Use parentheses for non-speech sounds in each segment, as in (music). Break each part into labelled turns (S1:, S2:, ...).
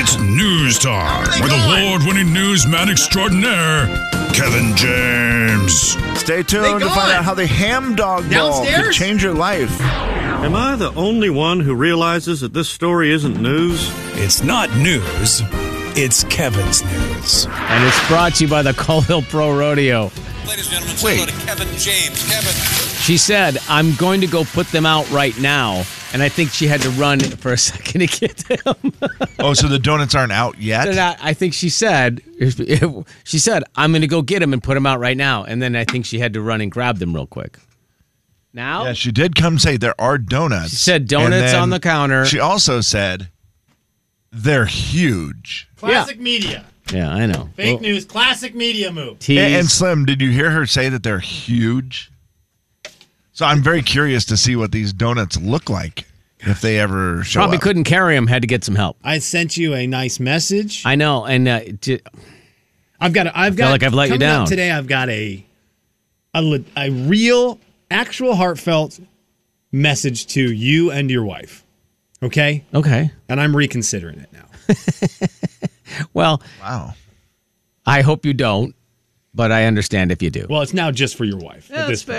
S1: It's news time with award winning newsman extraordinaire, Kevin James.
S2: Stay tuned to find
S3: gone.
S2: out how the ham dog ball can
S3: Downstairs?
S2: change your life.
S4: Am I the only one who realizes that this story isn't news?
S5: It's not news, it's Kevin's news.
S6: And it's brought to you by the (laughs) Colville Pro Rodeo.
S7: Ladies and gentlemen,
S2: Wait.
S7: hello to Kevin James. Kevin.
S6: She said, I'm going to go put them out right now. And I think she had to run for a (laughs) second to get them.
S8: Oh, so the donuts aren't out yet?
S6: And I, I think she said, she said, I'm going to go get them and put them out right now. And then I think she had to run and grab them real quick. Now?
S8: Yeah, she did come say there are donuts. She
S6: said donuts on the counter.
S8: She also said they're huge.
S3: Classic media.
S6: Yeah, I know.
S3: Fake
S6: Well,
S3: news. Classic media move.
S6: tease.
S8: And, and Slim, did you hear her say that they're huge? So I'm very curious to see what these donuts look like if they ever show
S6: Probably
S8: up.
S6: couldn't carry them, had to get some help.
S3: I sent you a nice message.
S6: I know. And uh, t-
S3: I've got. A, I've got.
S6: like I've let you
S3: coming up
S6: down.
S3: today. I've got a, a le- a real, actual, heartfelt message to you and your wife. Okay,
S6: okay.
S3: and I'm reconsidering it now.
S6: Well,
S8: Wow.
S6: I hope you don't, but I understand if you do.
S3: Well, it's now just for your wife.
S6: Yeah,
S3: at this point.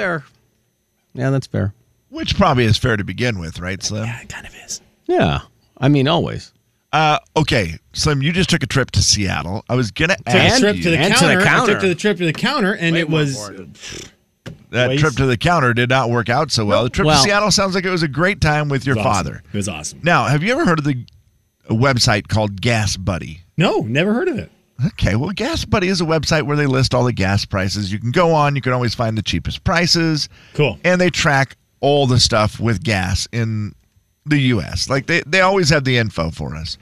S6: Yeah, that's fair.
S8: Which probably is fair to begin with, right, Slim?
S3: Yeah, it kind of is.
S6: Yeah. I mean, always.
S8: Uh, okay, Slim, you just took a trip to Seattle. I was gonna
S3: Took
S8: ask
S3: a trip
S8: you,
S3: to the
S6: and
S3: counter.
S6: to the
S3: I took
S6: counter.
S3: to the trip to the counter, and it was
S8: that
S3: ways.
S8: trip to the counter did not work out so well. The trip
S6: Well-
S8: to Seattle sounds like it was a great time with your
S3: awesome.
S8: father.
S3: It was awesome.
S8: Now, have you ever heard of the a website called Gas Buddy?
S3: No, never heard of it.
S8: Okay, well, Gas Buddy is a website where they list all the gas prices. You can go on, you can always find the cheapest prices.
S3: Cool.
S8: And they track all the stuff with gas in the US. Like they, they always have the info for us,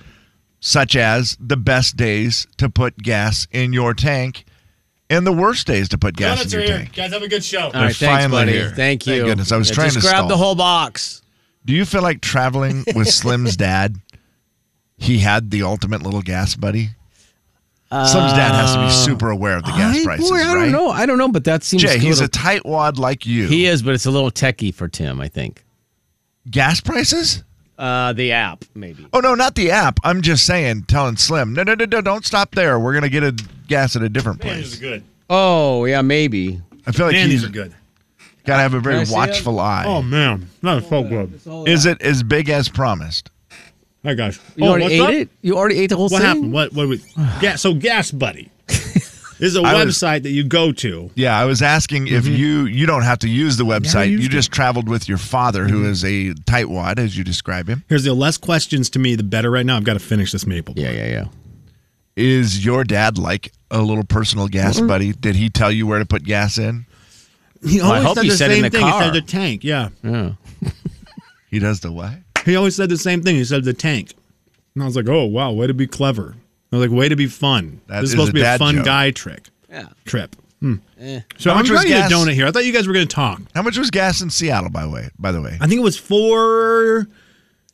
S8: such as the best days to put gas in your tank and the worst days to put gas in your tank.
S3: Guys, have a good show.
S6: All right, thanks,
S8: finally
S6: buddy.
S8: here.
S6: Thank you.
S8: Thank goodness, I was
S6: Yeah,
S8: trying
S6: just
S8: to
S6: grab
S8: stall.
S6: the whole box.
S8: Do you feel like traveling
S6: (laughs)
S8: with Slim's dad? He had the ultimate little gas buddy. Slim's dad has to be super aware of the gas
S6: Uh, I,
S8: prices,
S6: boy, I
S8: right?
S6: don't know. I don't know, but that seems.
S8: Jay,
S6: a
S8: he's
S6: little-
S8: a tightwad like you.
S6: he is, but it's a little techie for Tim. I think
S8: gas prices?
S6: uh, the app maybe.
S8: Oh no, not the app. I'm just saying, telling Slim, no, no, no, no, don't stop there. We're gonna get a gas at a different
S3: Man, this is
S8: place.
S3: good.
S6: Oh yeah, maybe.
S8: I feel like
S3: Man,
S8: he's
S3: these are good.
S8: gotta have a very
S6: Can I see
S8: watchful eye.
S3: Oh man, that is so good.
S8: is it as big as promised?
S3: Hi guys.
S6: You
S3: oh,
S6: already
S3: what's
S6: ate
S3: up?
S6: it. You already ate the whole
S3: What
S6: thing.
S3: happened? What? What? We, gas. So Gas
S8: (laughs)
S3: Buddy is a
S8: I was-
S3: website that you go to.
S8: Yeah, I was asking if
S6: Mm-hmm.
S8: you you don't have to use the website. You
S3: used
S8: just traveled with your father, who
S6: Mm-hmm.
S8: is a tightwad, as you describe him.
S3: Here's the less questions to me, the better. Right now, I've got to finish this maple.
S6: Yeah, yeah, yeah.
S8: Is your dad like a little personal gas buddy? Did he tell you where to put gas in?
S3: He
S6: I
S3: always
S6: hope
S3: said
S6: you
S3: the
S6: said in
S3: same
S6: the
S3: thing. He
S6: car.
S3: said the tank. Yeah.
S8: He does the what?
S3: He always said the same thing. He said the tank. And I was like, oh wow, way to be clever. I was like, way to be fun.
S8: That
S3: this
S8: is
S3: is supposed
S8: a
S3: to be a
S8: dad
S3: fun
S8: joke. Eh.
S3: guy trick.
S6: Yeah.
S3: Trip. Hmm. So
S8: How
S3: I'm
S8: much
S3: trying
S8: was
S3: to get a
S8: gas?
S3: donut here. I thought you guys were going to talk.
S8: How much was gas in Seattle, by way? By the way.
S3: I think it was four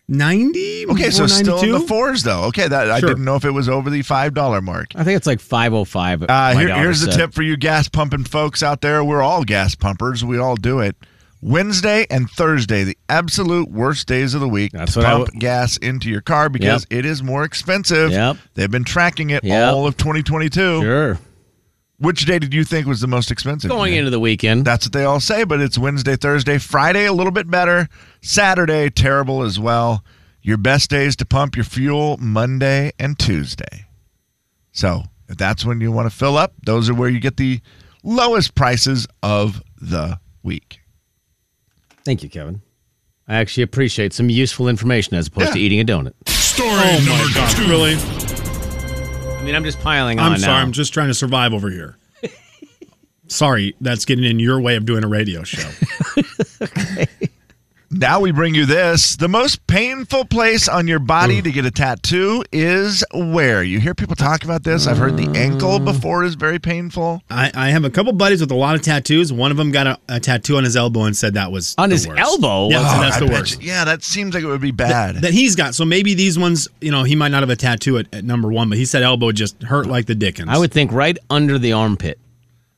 S3: ninety.
S8: Okay, so still in the fours though. Okay, that I
S3: Sure.
S8: didn't know if it was over the five dollar mark.
S6: I think it's like five oh five.
S8: Uh, here- here's the tip for you gas pumping folks out there. We're all gas pumpers. We all do it. Wednesday and Thursday, the absolute worst days of the week
S6: That's
S8: to
S6: what I
S8: pump
S6: w-
S8: gas into your car because it is more expensive.
S6: Yep.
S8: They've been tracking it
S6: Yep.
S8: all of 2022.
S6: Sure.
S8: Which day did you think was the most expensive?
S6: Going
S8: Nick?
S6: into the weekend.
S8: That's what they all say, but it's Wednesday, Thursday, Friday, a little bit better. Saturday, terrible as well. Your best days to pump your fuel Monday and Tuesday. So if that's when you want to fill up, those are where you get the lowest prices of the week.
S6: Thank you, Kevin. I actually appreciate some useful information as opposed
S8: Yeah.
S6: to eating a donut.
S1: Story
S3: Oh
S1: number
S3: my gosh,
S1: two.
S3: really?
S6: I mean, I'm just piling on.
S3: I'm sorry.
S6: now.
S3: I'm just trying to survive over here. (laughs) sorry, that's getting in your way of doing a radio
S8: (laughs)
S3: show.
S8: Now we bring you this. The most painful place on your body to get a tattoo is where? You hear people talk about this. I've heard the ankle before is very painful.
S3: I, I have a couple buddies with a lot of tattoos. One of them got a, a tattoo on his elbow and said that was
S6: On
S3: the
S6: his
S3: worst.
S6: elbow?
S3: Yeah, so
S8: Oh,
S3: that's
S8: I
S3: the
S8: bet
S3: worst
S8: you- yeah, that seems like it would be bad.
S3: that he's got. So maybe these ones, you know, he might not have a tattoo at, at number one, but he said elbow just hurt like the Dickens.
S6: I would think right under the armpit.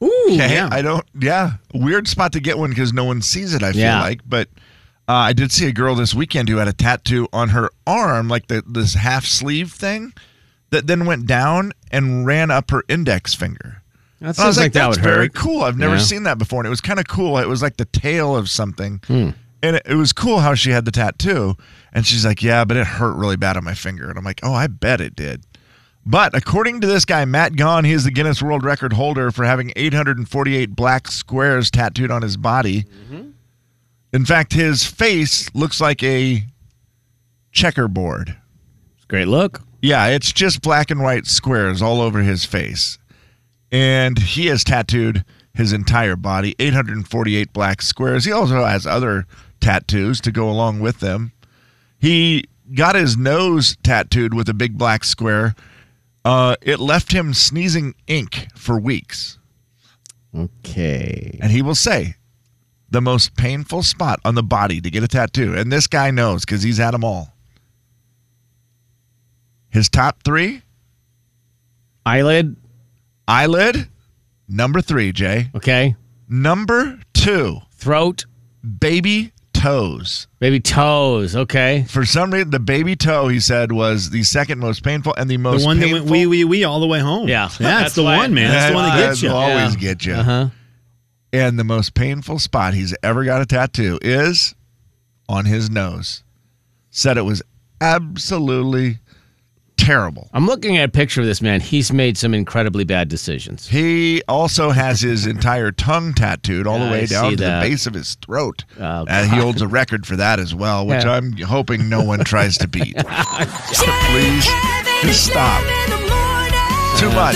S8: Okay,
S3: yeah.
S8: I don't. Yeah, weird spot to get one because no one sees it. I feel
S6: Yeah.
S8: like, but uh, I did see a girl this weekend who had a tattoo on her arm, like the, this half sleeve thing. that then went down and ran up her index finger.
S6: That
S8: And I
S6: sounds
S8: was
S6: like, that
S8: that's
S6: would
S8: very
S6: hurt.
S8: cool. I've never
S6: Yeah.
S8: seen that before, and it was kind of cool. It was like the tail of something,
S6: Hmm.
S8: and it, it was cool how she had the tattoo. And she's like, "Yeah, but it hurt really bad on my finger." And I'm like, "Oh, I bet it did." But according to this guy, Matt Gaughan, he is the Guinness World Record holder for having 848 black squares tattooed on his body.
S6: Mm-hmm.
S8: In fact, his face looks like a checkerboard.
S6: Great look.
S8: Yeah, it's just black and white squares all over his face. And he has tattooed his entire body, 848 black squares. He also has other tattoos to go along with them. He got his nose tattooed with a big black square. Uh, it left him sneezing ink for weeks.
S6: Okay.
S8: And he will say, the most painful spot on the body to get a tattoo. And this guy knows because he's had them all. His top three
S6: Eyelid.
S8: Eyelid, number three, Jay.
S6: Okay.
S8: Number two,
S6: Throat.
S8: baby toes.
S6: Baby toes. Okay.
S8: For some reason, the baby toe, he said, was the second most painful and the
S3: The
S8: most
S3: one that went
S8: painful.
S3: wee wee wee all the way home.
S6: Yeah.
S3: yeah, that's
S6: That's
S3: the
S6: why-
S3: one, man. That's the one that
S8: (laughs) That
S3: gets Uh-huh. you.
S8: will always
S6: Yeah.
S8: get you.
S6: Uh huh.
S8: And the most painful spot he's ever got a tattoo is on his nose. Said it was absolutely terrible.
S6: I'm looking at a picture of this man. He's made some incredibly bad decisions.
S8: He also has his entire tongue tattooed all the
S6: Yeah,
S8: way
S6: I
S8: down
S6: see
S8: to
S6: that.
S8: the base of his throat.
S6: Oh,
S8: and he holds a record for that as well, which
S6: Yeah.
S8: I'm hoping no one tries to beat. So please, just stop. Too much.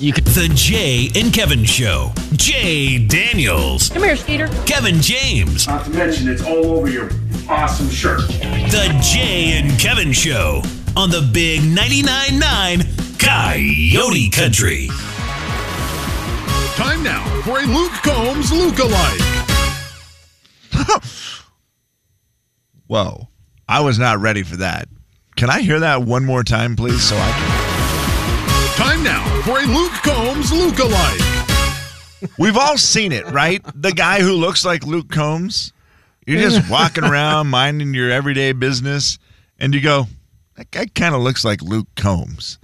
S6: You could
S5: The Jay and Kevin Show. Jay Daniels.
S9: Come here, Skeeter.
S5: Kevin James.
S10: Not to mention, it's all over your awesome shirt.
S5: The Jay and Kevin Show on the Big 99.9 9 Coyote Country.
S1: (laughs) Time now for a Luke Combs lookalike.
S8: Whoa. I was not ready for that. Can I hear that one more time, please? So I can.
S1: Time now for a Luke Combs lookalike.
S8: We've all seen it, right? The guy who looks like Luke Combs. You're
S1: (laughs)
S8: just walking around minding your everyday business, and you go, that guy kind of looks like Luke Combs.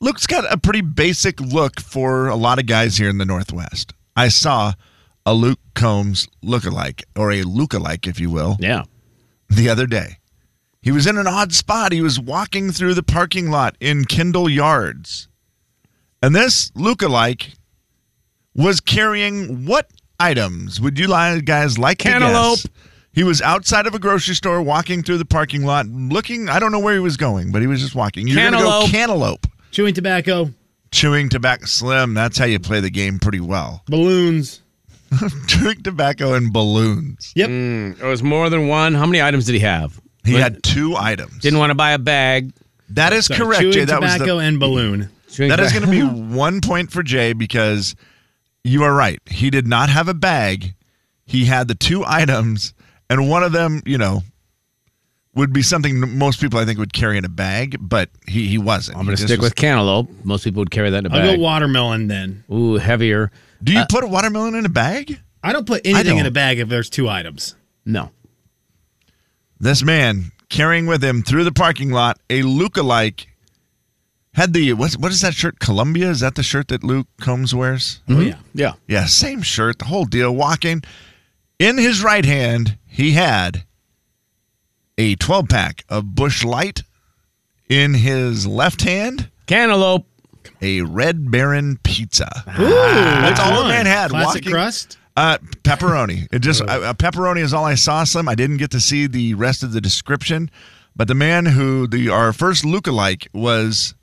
S8: Luke's got a pretty basic look for a lot of guys here in the Northwest. I saw a Luke Combs look-alike, or a look-alike, if you will,
S6: Yeah.
S8: the other day. He was in an odd spot. He was walking through the parking lot in Kendall Yards. And this lookalike was carrying what items? Would you li- guys like
S6: Cantaloupe.
S8: to guess? He was outside of a grocery store walking through the parking lot looking. I don't know where he was going, but he was just walking. You're going to go
S6: Cantaloupe.
S8: cantaloupe.
S3: Chewing tobacco,
S8: Chewing tobacco slim. That's how you play the game pretty well. (laughs)
S3: balloons.
S8: Chewing tobacco and balloons.
S3: Yep.
S8: Mm.
S6: It was more than one. How many items did he have?
S8: He
S6: But
S8: had two items.
S6: Didn't want to buy a bag.
S8: that is
S3: Sorry,
S8: correct,
S3: Chewing
S8: Jay. That was
S3: tobacco
S8: the
S3: and balloon.
S8: That is going to be
S6: (laughs)
S8: one point for Jay because you are right. He did not have a bag. He had the two items, and one of them, you know, would be something that most people I think would carry in a bag, but he, he wasn't.
S6: I'm going to stick with cantaloupe. Most people would carry that in a
S3: I'll
S6: bag.
S3: go watermelon then.
S6: Ooh, heavier.
S8: Do you
S6: uh,
S8: put a watermelon in a bag?
S3: I don't put anything in a
S8: don't.
S3: bag if there's two items.
S6: No.
S8: This man carrying with him through the parking lot a Luke-alike had the what's, what is that shirt? Columbia? Is that the shirt that Luke Combs wears?
S3: Oh yeah.
S6: Yeah.
S8: Yeah, same shirt, the whole deal. Walking in his right hand, he had a 12 pack of Bush Light. In his left hand,
S6: Cantaloupe.
S8: a Red Baron pizza.
S3: That's
S8: all the man had,
S3: Ah, Classic
S8: walking-
S3: crust.
S8: Uh, pepperoni. It just uh, pepperoni is all I saw. Slim. I didn't get to see the rest of the description, but the man who the our first lookalike was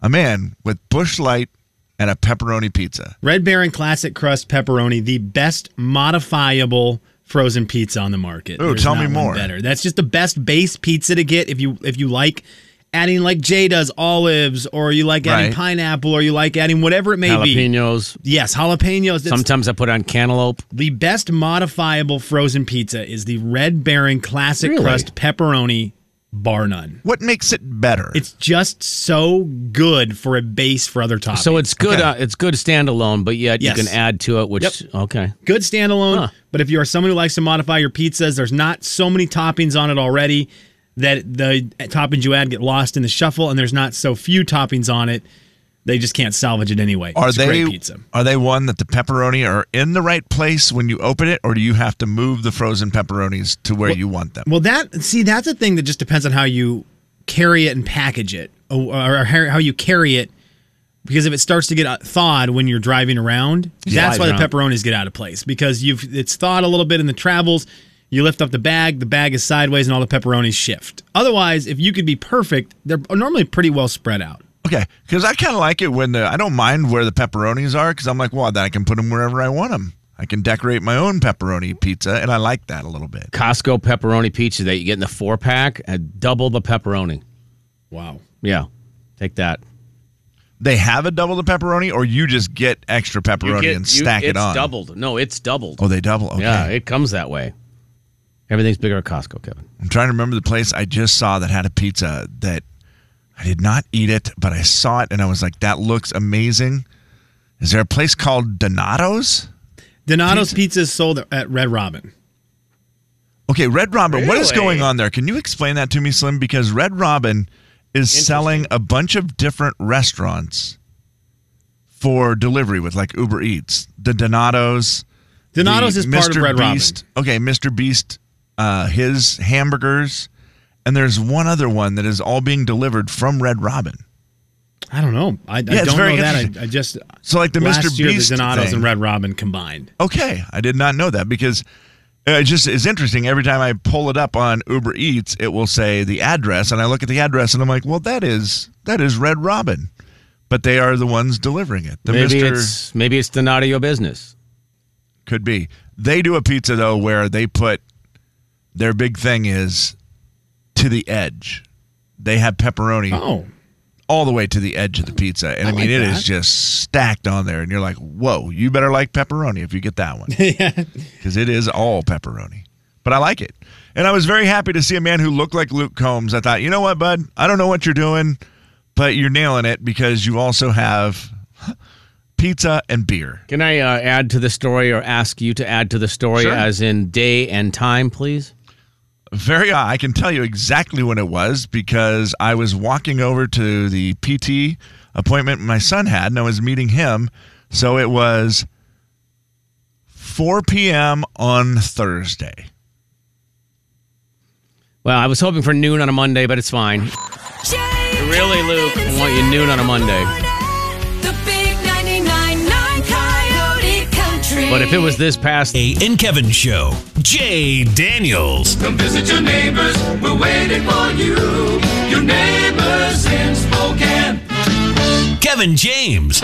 S8: a man with Bush Light and a pepperoni pizza.
S3: Red Baron classic crust pepperoni, the best modifiable frozen pizza on the market.
S8: Ooh,
S3: There's
S8: tell
S3: not
S8: me
S3: one
S8: more.
S3: Better. That's just the best base pizza to get if you if you like adding like Jay does olives or you like adding
S8: Right.
S3: pineapple or you like adding whatever it may be.
S6: Jalapenos.
S3: Yes, jalapenos. That's
S6: Sometimes I put on cantaloupe.
S3: the best modifiable frozen pizza is the Red Baron classic
S6: Really?
S3: crust pepperoni bar none.
S8: What makes it better?
S3: It's just so good for a base for other toppings.
S6: So it's good. Uh, it's good standalone, but yet
S3: Yes.
S6: you can add to it. Which
S3: Yep.
S6: okay,
S3: good standalone.
S6: Huh.
S3: But if you are someone who likes to modify your pizzas, there's not so many toppings on it already. that the toppings you add get lost in the shuffle, and there's not so few toppings on it, they just can't salvage it anyway.
S8: Are
S3: it's
S8: they
S3: great pizza.
S8: are they one that the pepperoni are in the right place when you open it, or do you have to move the frozen pepperonis to where you want them?
S3: Well, that see, that's a thing that just depends on how you carry it and package it, or, or how how you carry it. Because if it starts to get uh, thawed when you're driving around, that's why the pepperonis get out of place. Because you've it's thawed a little bit in the travels. You lift up the bag, the bag is sideways, and all the pepperonis shift. Otherwise, if you could be perfect, they're normally pretty well spread out.
S8: Okay, because I kind of like it when the I don't mind where the pepperonis are because I'm like, well, then I can put them wherever I want them. I can decorate my own pepperoni pizza, and I like that a little bit.
S6: Costco pepperoni pizza that you get in the four pack, uh, double the pepperoni.
S3: Wow.
S6: Yeah, take that.
S8: They have a double the pepperoni, or you just get extra pepperoni
S6: You get-
S8: and
S6: you-
S8: stack it on.
S6: It's doubled. No, it's doubled.
S8: Oh, they double. Okay.
S6: Yeah, it comes that way. Everything's bigger at Costco, Kevin.
S8: I'm trying to remember the place I just saw that had a pizza that I did not eat it, but I saw it and I was like, that looks amazing. Is there a place called Donato's?
S3: Donato's pizza is sold at Red Robin.
S8: Okay, Red Robin, what is
S6: Really?
S8: going on there? Can you explain that to me, Slim? Because Red Robin is selling a bunch of different restaurants for delivery with like Uber Eats, the Donato's.
S3: Donato's
S8: the
S3: is part of Red
S8: Beast. Okay, Mr. Beast, uh, his hamburgers, and there's one other one that is all being delivered from Red Robin.
S3: Robin. I don't know. I, I
S8: it's
S3: don't
S8: very
S3: know that.
S8: interesting.
S3: I, I just
S8: So like the
S3: last
S8: Mr.
S3: year
S8: Beast
S3: the Donato's
S8: thing.
S3: and Red Robin combined.
S8: Okay, I did not know that because uh, it just is interesting. Every time I pull it up on Uber Eats, it will say the address, and I look at the address, and I'm like, well, that is that is Red Robin, but they are the ones delivering it. The
S6: maybe
S8: Mr.
S6: it's maybe it's the not of your business.
S8: could be. They do a pizza though where they put their big thing is to the edge. They have
S3: (laughs)
S8: pepperoni
S3: Oh,
S8: all the way to the edge of the pizza, and I, mean
S3: like
S8: it is
S3: that.
S8: just stacked on there, and you're like, whoa, you better like pepperoni if you get that one.
S3: (laughs) yeah.
S8: because it is all pepperoni. But I like it. And I was very happy to see a man who looked like Luke Combs. I thought, you know what, bud? I don't know what you're doing, but you're nailing it because you also have (laughs) pizza and beer.
S6: Can I uh, add to the story or ask you to add to the story
S8: Sure.
S6: as in day and time, please?
S8: Very odd. I can tell you exactly when it was because I was walking over to the PT appointment my son had and I was meeting him. So it was 4 p.m. on Thursday.
S6: Well, I was hoping for noon on a Monday, but it's fine. Really, Luke, I want you noon on a Monday.
S9: The big 99.9 Coyote Country.
S6: But if it was this past
S5: Jay and Kevin Show. Jay Daniels.
S10: Come visit your neighbors. We're waiting for you. Your neighbors in Spokane.
S5: Kevin James.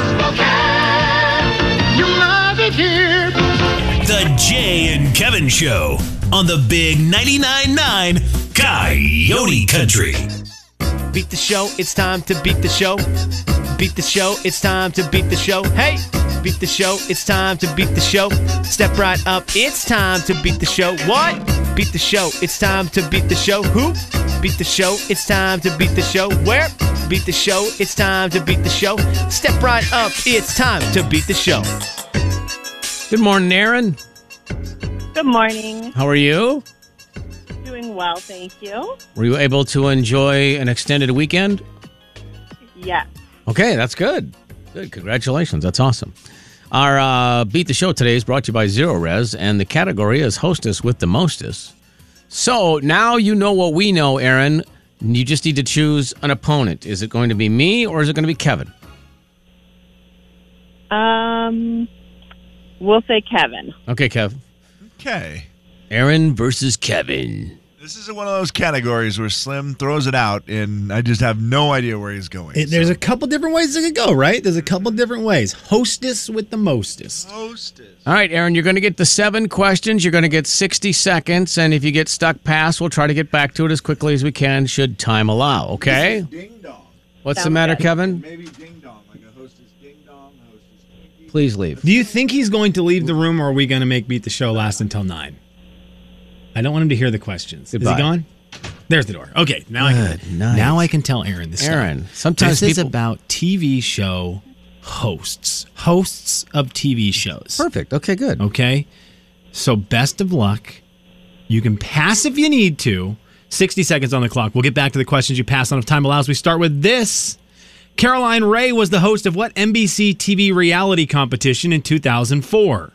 S5: The Jay and Kevin Show on the Big 99.9 Coyote Country.
S11: Beat the show, it's time to beat the show. Beat the show, it's time to beat the show. Hey! Beat the show, it's time to beat the show. Step right up, it's time to beat the show. What? Beat the show, it's time to beat the show. Who? Beat the show, it's time to beat the show. Where? Beat the show, it's time to beat the show. Step right up, it's time to beat the show.
S6: Good morning, Aaron.
S9: Good morning.
S6: How are you?
S9: Doing well, thank you.
S6: Were you able to enjoy an extended weekend?
S9: Yes.
S6: Okay, that's good. Good. Congratulations. That's awesome. Our uh, Beat the Show today is brought to you by Zero Res, and the category is Hostess with the Mostess. So now you know what we know, Aaron. You just need to choose an opponent. Is it going to be me or is it going to be Kevin?
S9: Um, we'll say Kevin.
S6: Okay, Kev.
S8: Okay.
S6: Aaron versus Kevin.
S8: This is one of those categories where Slim throws it out, and I just have no idea where he's going.
S3: It- there's a couple different ways it could go, right? There's a couple different ways. Hostess with the mostest.
S6: All right, Aaron, you're going to get the seven questions. You're going to get 60 seconds. And if you get stuck past, we'll try to get back to it as quickly as we can, should time allow. Okay?
S8: ding dong.
S6: What's the
S9: Sounds
S6: matter,
S9: good.
S6: Kevin?
S8: Maybe ding dong, like a hostess ding dong, hostess.
S6: Please leave.
S3: Do you think he's going to leave the room, or are we going to make beat the show last until nine? I don't want him to hear the questions. Is
S6: Goodbye.
S3: he gone? There's the door. Okay, now I
S6: Good
S3: can.
S6: night.
S3: Now I can tell Aaron this. stuff.
S6: Aaron, sometimes
S3: this
S6: people-
S3: is about TV show hosts, hosts of TV shows.
S6: Perfect. Okay, good.
S3: Okay. So best of luck. You can pass if you need to. 60 seconds on the clock. We'll get back to the questions you passed on if time allows. We start with this. Caroline Ray was the host of what NBC TV reality competition in 2004?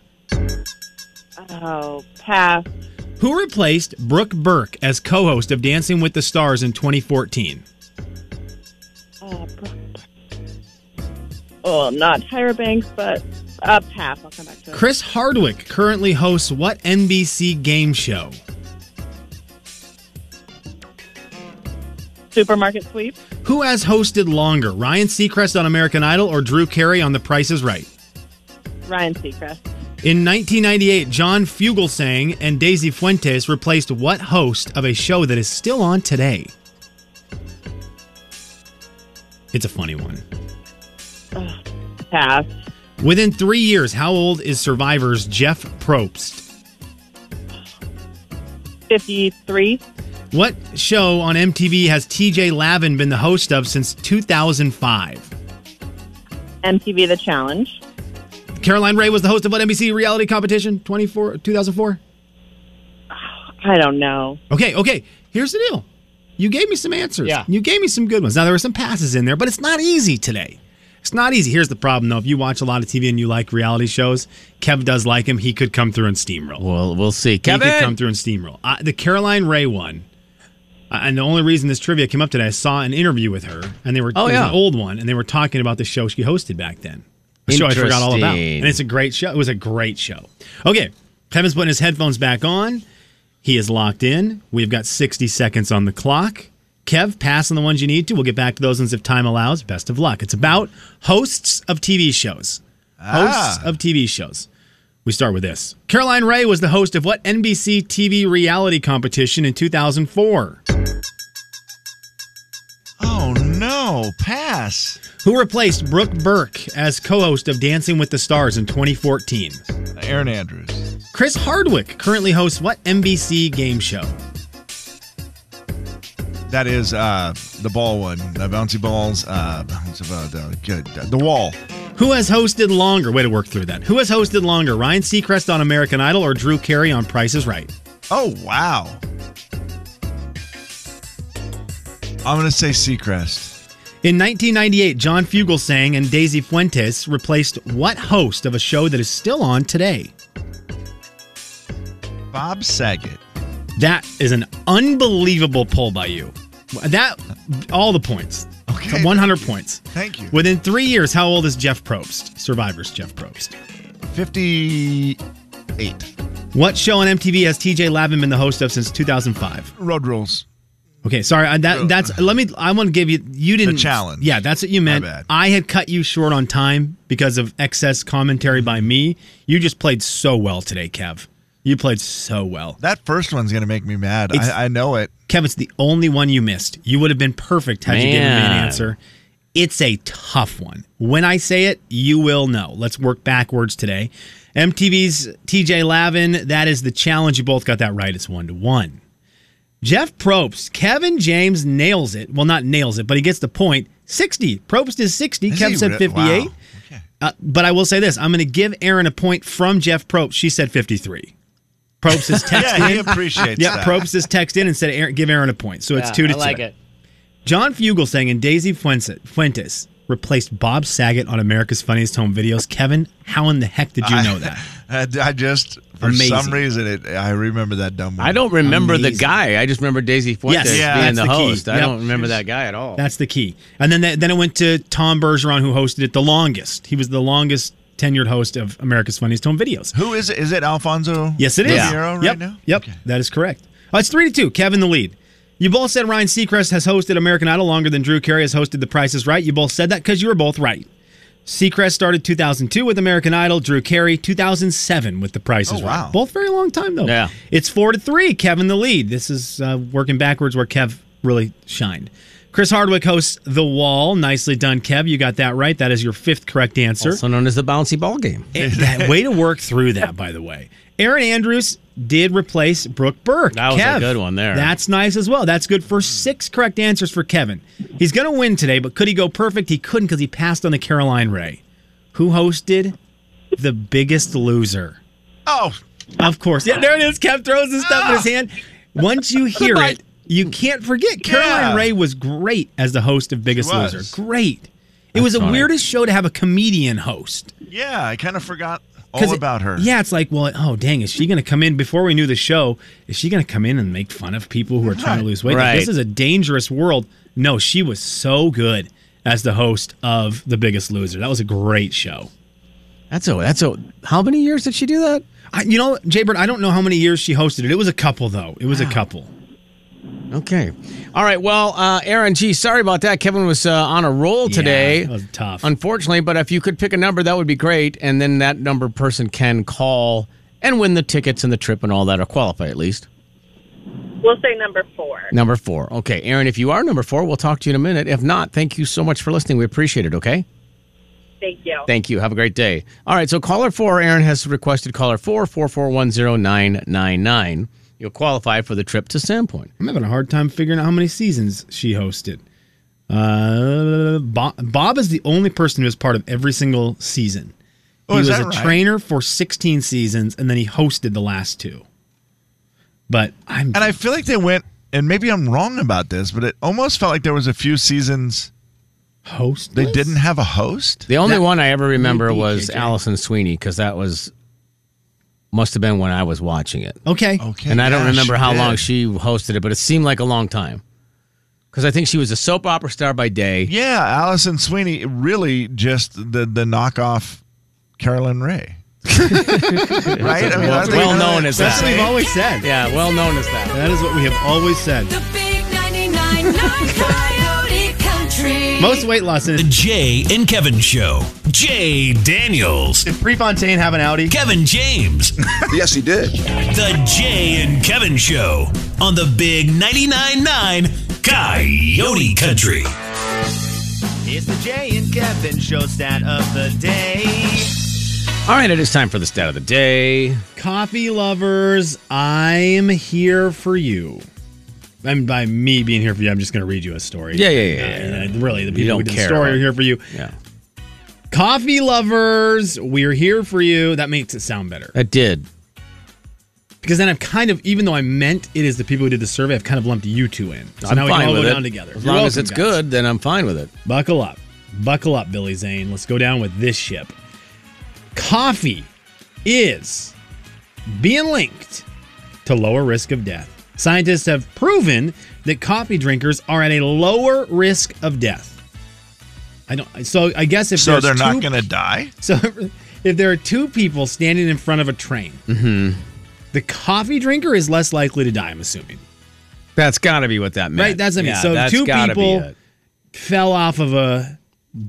S9: Oh, pass.
S3: Who replaced Brooke Burke as co host of Dancing with the Stars in 2014?
S9: Oh, bro- oh not Tyra Banks, but uh, pass. I'll come back to it.
S3: Chris Hardwick currently hosts what NBC game show?
S9: Supermarket sweep.
S3: Who has hosted longer, Ryan Seacrest on American Idol or Drew Carey on The Price is Right?
S9: Ryan Seacrest.
S3: In 1998, John Fugelsang and Daisy Fuentes replaced what host of a show that is still on today? It's a funny one.
S9: Ugh, pass.
S3: Within three years, how old is Survivor's Jeff Probst?
S9: 53.
S3: What show on MTV has TJ Lavin been the host of since 2005?
S9: MTV The Challenge.
S3: Caroline Ray was the host of what NBC reality competition 24 2004?
S9: I don't know.
S3: Okay, okay. Here's the deal. You gave me some answers.
S11: Yeah.
S3: You gave me some good ones. Now there were some passes in there, but it's not easy today. It's not easy. Here's the problem though. If you watch a lot of TV and you like reality shows, Kev does like him. He could come through and steamroll.
S6: Well, we'll see.
S3: He
S6: Kevin,
S3: could come through and steamroll. Uh, the Caroline Ray one. uh, And the only reason this trivia came up today, I saw an interview with her, and they were
S6: Oh,
S3: it was
S6: yeah.
S3: an old one, and they were talking about the show she hosted back then. The show I forgot all about,
S6: Interesting.
S3: and it's a great show. It was a great show. Okay, Kevin's putting his headphones back on. He is locked in. We've got 60 seconds on the clock. Kev, pass on the ones you need to. We'll get back to those ones if time allows. Best of luck. It's about hosts of TV shows. Hosts of TV shows. We start with this. Caroline Ray was the host of what NBC TV reality competition in 2004?
S8: Oh no, pass.
S3: Who replaced Brooke Burke as co host of Dancing with the Stars in 2014?
S8: Aaron Andrews.
S3: Chris Hardwick currently hosts what NBC game show?
S8: That is uh the ball one. The bouncy balls, uh bounce about the good the wall.
S3: Who has hosted longer? Way to work through that. Who has hosted longer, Ryan Seacrest on American Idol or Drew Carey on Price is Right?
S8: Oh wow. I'm gonna say Seacrest.
S3: In 1998, John Fugelsang and Daisy Fuentes replaced what host of a show that is still on today?
S8: Bob Saget.
S3: That is an unbelievable pull by you. That all the points.
S8: Okay.
S3: 100 points.
S8: Thank you.
S3: Within 3 years, how old is Jeff Probst? Survivor's Jeff Probst.
S8: Fifty-eight.
S3: What show on MTV has TJ Lavin been the host of since 2005?
S8: Road rules.
S3: Okay, sorry. I, that that's let me. I want to give you. You didn't
S8: challenge.
S3: Yeah, that's what you meant.
S8: bad.
S3: I had cut you short on time because of excess commentary by me. You just played so well today, Kev. You played so well.
S8: That first one's gonna make me mad.
S3: It's-
S8: I, I know it.
S3: Kev, it's the only one you missed. You would have been perfect had you given me an
S6: Man.
S3: answer. It's a tough one. When I say it, you will know. Let's work backwards today. MTV's TJ Lavin, that is the challenge. You both got that right. It's one to one. Jeff Probst, Kevin James nails it. Well, not nails it, but he gets the point. 60. Probst is 60.
S8: Is
S3: Kev
S8: he
S3: said
S8: re-
S3: 58.
S8: wow. Okay.
S3: Uh, but I will say this I'm going to give Aaron a point from Jeff Probst. She said 53. Probst is texting.
S8: (laughs) Yeah, he appreciates
S3: Yeah,
S8: that. (laughs)
S3: Probst is text in and said, Aaron, give Aaron a point. So it's two to
S11: I like
S3: two.
S11: it.
S3: John Fugelsang and Daisy Fuentes, Fuentes replaced Bob Saget on America's Funniest Home Videos. Kevin, how in the heck did you know that?
S8: I, I just for
S3: Amazing.
S8: some reason it I remember that dumb one.
S6: I don't remember the
S3: Amazing.
S6: guy. I just remember Daisy Fuentes
S3: Yes, Yeah,
S6: being
S3: that's
S6: the,
S3: the key.
S6: host. I
S3: Yep.
S6: don't remember that guy at all.
S3: That's the key. And then that, then it went to Tom Bergeron, who hosted it the longest. He was the longest tenured host of America's Funniest Home Videos.
S8: Who is it? Is it Alfonso?
S3: Yes, it is.
S8: Ribeiro right
S3: yep.
S8: now?
S3: Yep.
S8: Okay.
S3: That is correct. Uh, it's three to two. Kevin the lead. You both said Ryan Seacrest has hosted American Idol longer than Drew Carey has hosted The Price is Right. You both said that because you were both right. Seacrest started 2002 with American Idol. Drew Carey 2007 with The Price is
S8: Oh, wow.
S3: Right. Both very long time though.
S6: Yeah.
S3: It's four to three. Kevin the lead. This is uh, working backwards where Kev really shined. Chris Hardwick hosts The Wall. Nicely done, Kev. You got that right. That is your fifth correct answer.
S6: also known as the bouncy ball game.
S3: And that way to work through that, by the way. Aaron Andrews did replace Brooke Burke.
S6: That was a
S3: Kev,
S6: good one there.
S3: That's nice as well. That's good for six correct answers for Kevin. He's going to win today, but could he go perfect? He couldn't because he passed on the Caroline Ray, who hosted The Biggest Loser.
S8: Oh,
S3: Of course. Yeah, there it is. Kev throws his stuff in his hand. Once you hear it, You can't forget Caroline
S6: Yeah.
S3: Ray was great as the host of Biggest
S8: was.
S3: Loser. Great. It was the
S8: funny.
S3: weirdest show to have a comedian host.
S8: Yeah, I kind of forgot
S3: 'Cause
S8: all
S3: it-
S8: about her.
S3: Yeah, it's like, well, oh dang, is she going to come in before we knew the show? Is she going to come in and make fun of people who are trying to lose weight? Like,
S6: Right.
S3: this is a dangerous world. No, she was so good as the host of The Biggest Loser. That was a great show.
S6: That's a that's a how many years did she do that?
S3: I, you know, Jay Bird, I don't know how many years she hosted it. It was a couple though. It was a couple.
S6: Okay. All right. Well, uh, Aaron G, sorry about that. Kevin was uh, on a roll today.
S3: that was tough.
S6: Unfortunately, but if you could pick a number, that would be great. And then that number person can call and win the tickets and the trip and all that, or qualify at least.
S9: We'll say number four.
S6: Number four. Okay. Aaron, if you are number four, we'll talk to you in a minute. If not, thank you so much for listening. We appreciate it. Okay.
S9: Thank you.
S6: Thank you. Have a great day. All right. So caller four, Aaron has requested caller four, 4410999. You'll qualify for the trip to Sandpoint.
S3: I'm having a hard time figuring out how many seasons she hosted. Uh, Bob, Bob is the only person who is part of every single season.
S8: Oh,
S3: he
S8: is
S3: was
S8: that
S3: a
S8: right?
S3: trainer for 16 seasons, and then he hosted the last two. But I'm
S8: And I feel like they went, and maybe I'm wrong about this, but it almost felt like there was a few seasons
S3: host.
S8: they didn't have a host.
S6: The only one I ever remember
S8: Maybe,
S6: was
S8: KJ.
S6: Allison Sweeney because that was must have been when I was watching it.
S3: Okay.
S8: Okay.
S6: And I don't
S8: yeah,
S6: remember
S8: she
S6: how
S8: did.
S6: long she hosted it, but it seemed like a long time. Because I think she was a soap opera star by day.
S8: Yeah, Allison Sweeney really just the the knockoff Carolyn Ray. right? I mean,
S6: well,
S8: I think-
S6: well known as
S3: That's
S6: that.
S3: what we've always said.
S6: Yeah, well known as that.
S3: That is what we have always said.
S10: The big 99 Coyote Country.
S3: Most weight loss
S5: The Jay and Kevin Show. Jay Daniels.
S3: Did Prefontaine have an Audi?
S5: Kevin James.
S2: yes, he did.
S5: The Jay and Kevin Show on the Big 99.9 Coyote Country.
S11: It's the Jay and Kevin show stat of the day.
S6: All right, it is time for the stat of the day.
S3: Coffee lovers, I'm here for you. And by me being here for you, I'm just going to read you a story.
S6: Yeah, yeah, yeah,
S3: And,
S6: yeah,
S3: uh, Really, the
S6: You
S3: people
S6: don't
S3: who did the
S6: care,
S3: story
S6: huh?
S3: are here for you.
S6: Yeah.
S3: Coffee lovers, we're here for you. That makes it sound better.
S6: That did.
S3: Because then I've kind of, even though I meant it is the people who did the survey, I've kind of lumped you two in. So
S6: I'm
S3: now we
S6: fine
S3: can all
S6: with
S3: go
S6: it.
S3: down together.
S6: As
S3: You're
S6: long as
S3: welcome,
S6: it's
S3: guys.
S6: good, then I'm fine with it.
S3: Buckle up. Buckle up, Billy Zane. Let's go down with this ship. Coffee is being linked to lower risk of death. Scientists have proven that coffee drinkers are at a lower risk of death. I don't so I guess if
S8: so
S3: there's
S8: they're
S3: two-
S8: not going to die?
S3: so (laughs) if there are two people standing in front of a train, the coffee drinker is less likely to die, I'm assuming.
S6: That's got to be what that meant.
S3: Right, that's what I mean.
S6: Yeah,
S3: So
S6: that's
S3: two
S6: gotta be
S3: people-
S6: it.
S3: Fell off of a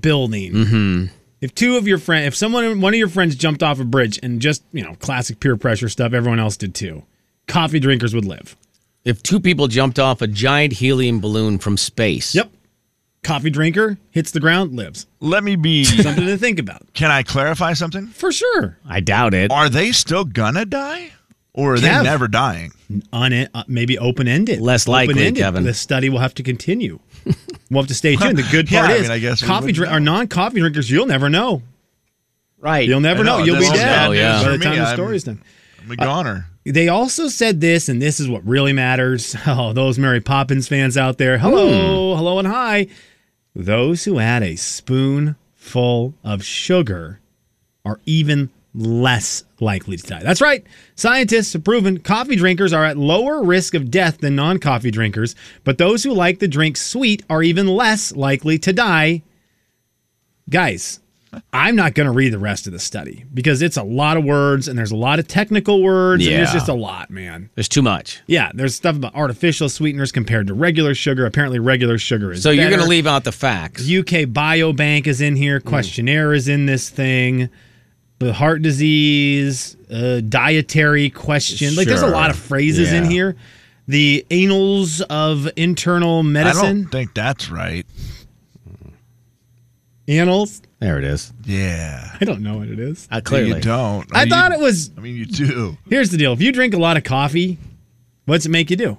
S3: building.
S8: Mm-hmm.
S3: If two of your friend, if someone, one of your friends jumped off a bridge and just, you know, classic peer pressure stuff, everyone else did too. Coffee drinkers would live.
S6: If two people jumped off a giant helium balloon from space.
S3: Yep. Coffee drinker hits the ground, lives.
S8: Let me be.
S3: Something to think about.
S8: Can I clarify something?
S3: For sure.
S6: I doubt it.
S8: Are they still going to die? Or are
S3: Kev.
S8: they never dying?
S3: on it, uh, maybe open ended.
S6: Less likely, Kevin.
S3: The study will have to continue. we'll have to stay tuned. The good
S8: (laughs) Yeah,
S3: part
S8: I
S3: is,
S8: mean, I guess we
S3: coffee
S8: wouldn't
S3: drink or
S8: know.
S3: non coffee drinkers, you'll never know.
S6: Right.
S3: You'll never
S8: I
S3: know.
S8: know,
S3: You'll be
S8: this is
S3: dead
S6: bad news
S3: by
S8: for
S3: the
S8: me.
S3: time the
S8: I'm-
S3: story's done.
S8: I'm a goner.
S3: They also said this, and this is what really matters. (laughs) Oh, those Mary Poppins fans out there. Hello, hello, and hi. Those who add a spoonful of sugar are even less likely to die. That's right. Scientists have proven coffee drinkers are at lower risk of death than non coffee drinkers, but those who like the drink sweet are even less likely to die. Guys, I'm not going to read the rest of the study because it's a lot of words and there's a lot of technical words and there's
S6: Yeah.
S3: just a lot, man.
S6: There's too much.
S3: Yeah, there's stuff about artificial sweeteners compared to regular sugar. Apparently, regular sugar is
S6: So you're going
S3: better.
S6: to leave out the facts.
S3: UK Biobank is in
S6: Hmm.
S3: here. Questionnaire is in this thing. The heart disease, uh, dietary question. Like there's a
S6: Sure.
S3: lot of phrases in
S6: Yeah.
S3: here. The anals of internal
S8: I don't
S3: medicine.
S8: think that's right.
S3: Annals?
S6: There it is.
S8: Yeah.
S3: I don't know what it is.
S6: Uh,
S8: You don't.
S3: I
S8: mean,
S3: thought
S6: e-
S8: you-
S3: it was.
S8: I mean, you do.
S3: Here's the deal. If you drink a lot of coffee, what's it make you do?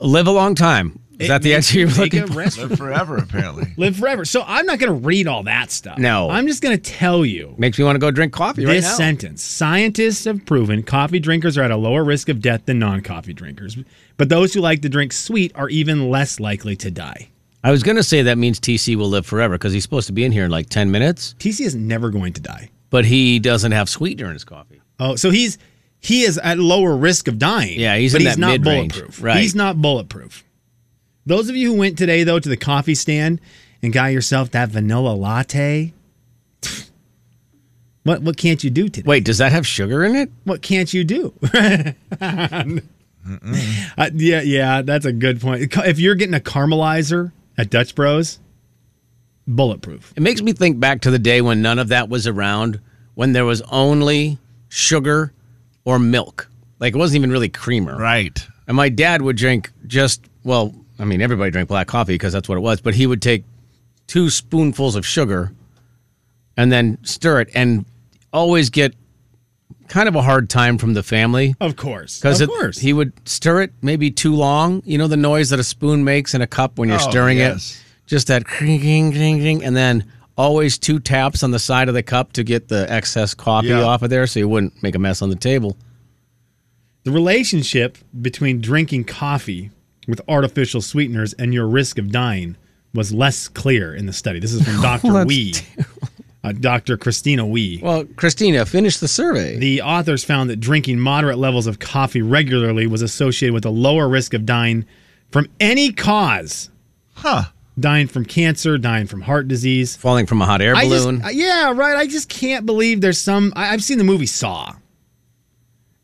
S6: Live a long time. Is that the answer you're looking for?
S8: Live forever, apparently.
S3: (laughs) Live forever. So I'm not going to read all that stuff.
S6: No.
S3: I'm just going to tell you
S6: Makes me want to go drink coffee right
S3: this
S6: now.
S3: sentence. Scientists have proven coffee drinkers are at a lower risk of death than non coffee drinkers, but those who like to drink sweet are even less likely to die.
S6: I was going to say that means TC will live forever because he's supposed to be in here in like 10 minutes,
S3: TC is never going to die.
S6: but he doesn't have sweetener in his coffee.
S3: Oh, so he's he is at lower risk of dying.
S6: Yeah, he's
S3: but
S6: in
S3: he's
S6: that
S3: not
S6: mid-range.
S3: bulletproof.
S6: Right.
S3: He's not bulletproof. Those of you who went today though to the coffee stand and got yourself that vanilla latte, (sniffs) what what can't you do today?
S6: Wait, does that have sugar in it?
S3: What can't you do? (laughs) Uh, yeah, yeah, that's a good point. If you're getting a caramelizer at Dutch Bros, bulletproof.
S6: It makes me think back to the day when none of that was around, when there was only sugar or milk. Like it wasn't even really creamer.
S8: Right.
S6: And my dad would drink just, well, I mean, everybody drank black coffee because that's what it was, but he would take two spoonfuls of sugar and then stir it and always get kind of a hard time from the family.
S3: Of course.
S6: Because
S3: of course.
S6: he would stir it maybe too long. You know the noise that a spoon makes in a cup when you're
S8: Oh,
S6: stirring
S8: yes.
S6: it? Just that cring, cring, cring, cring, and then always two taps on the side of the cup to get the excess coffee
S8: Yeah.
S6: off of there so you wouldn't make a mess on the table.
S3: The relationship between drinking coffee with artificial sweeteners and your risk of dying was less clear in the study. This is from Dr.
S6: that's
S3: Wee, uh, Dr. Christina Wee.
S6: Well, Christina, finish the survey.
S3: The authors found that drinking moderate levels of coffee regularly was associated with a lower risk of dying from any cause.
S8: Huh.
S3: Dying from cancer, dying from heart disease.
S6: Falling from a hot air
S3: I just-
S6: balloon.
S3: uh, yeah, right. I just can't believe there's some. I, I've seen the movie Saw,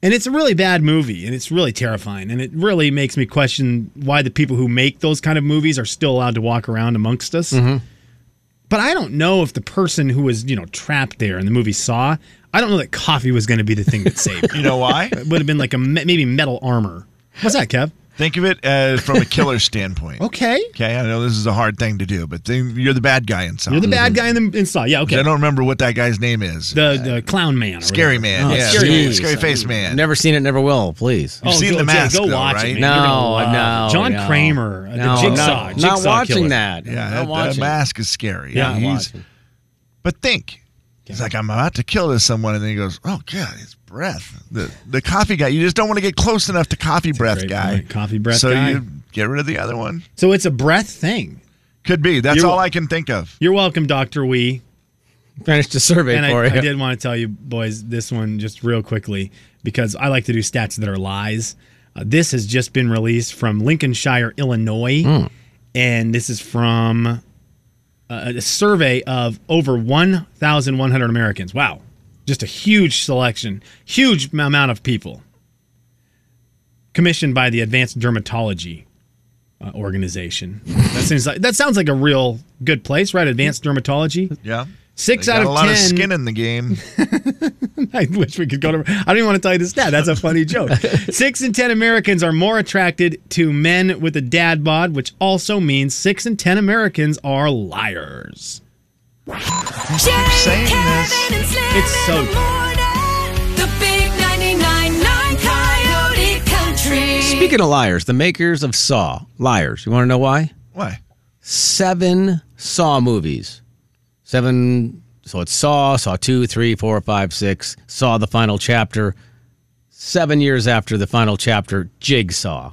S3: and it's a really bad movie, and it's really terrifying, and it really makes me question why the people who make those kind of movies are still allowed to walk around amongst us. But I don't know if the person who was, you know, trapped there in the movie Saw, I don't know that coffee was going to be the thing that saved.
S8: (laughs) You know why?
S3: It would have been like a me- maybe metal armor. What's that, Kev?
S8: Think of it
S3: (laughs)
S8: as from a killer standpoint.
S3: Okay,
S8: Okay, I know this is a hard thing to do, but then you're the bad guy in something.
S3: you're the bad guy in the in Saw. Yeah,
S8: I
S3: okay.
S8: don't remember what that guy's name is.
S3: The the clown man. or
S8: scary
S3: whatever.
S8: man.
S6: Oh,
S8: yeah,
S6: Scary
S8: scary,
S6: Man.
S8: scary face man.
S6: Never seen it, never will, please.
S8: You've
S3: Oh,
S8: seen
S3: go-
S8: The
S3: yeah,
S8: Mask,
S3: go
S8: though,
S3: watch it,
S8: right?
S3: man. You're gonna
S6: No,
S3: love
S6: no,
S3: it. John
S6: no.
S3: Kramer, uh, the
S6: No,
S3: Jigsaw,
S6: not,
S3: Jigsaw
S6: not watching
S3: killer.
S6: that.
S8: Yeah, that,
S6: not
S8: that
S6: watching.
S8: mask is scary.
S6: Yeah,
S8: Yeah,
S6: I'm
S8: he's.
S6: watching.
S8: But think, he's like, I'm about to kill this someone, and then he goes, Oh God, his breath. The the coffee guy. You just don't want to get close enough to coffee breath
S3: great
S8: guy.
S3: point. Coffee breath
S8: so
S3: guy.
S8: you get rid of the other one.
S3: So it's a breath thing.
S8: Could be. That's
S3: You're-
S8: all I can think of.
S3: You're welcome, Doctor Wee.
S6: Finished the survey
S3: And
S6: for
S3: I,
S6: you.
S3: I did want to tell you boys this one just real quickly because I like to do stats that are lies. Uh, this has just been released from Lincolnshire, Illinois, and this is from uh, a survey of over 1,100 Americans. Wow, just a huge selection, huge m- amount of people. Commissioned by the Advanced Dermatology uh, Organization. that seems like that sounds like a real good place, right? Advanced Dermatology.
S8: Yeah.
S3: Six
S8: They
S3: out
S8: got
S3: of
S8: a lot
S3: ten.
S8: of skin in
S3: (laughs)
S8: the game.
S3: I wish we could go to. I don't even want to tell you the stat. That's a funny joke. six in ten Americans are more attracted to men with a dad bod, which also means six in ten Americans are liars.
S8: Keep saying this.
S3: It's so.
S12: The big 99.9 Coyote Country.
S6: Speaking of liars, the makers of Saw, liars. You want to know why?
S8: Why?
S6: Seven Saw movies. Seven. So it's Saw, Saw 2, 3, 4, 5, 6, Saw the final chapter. Seven years after the final chapter, Jigsaw.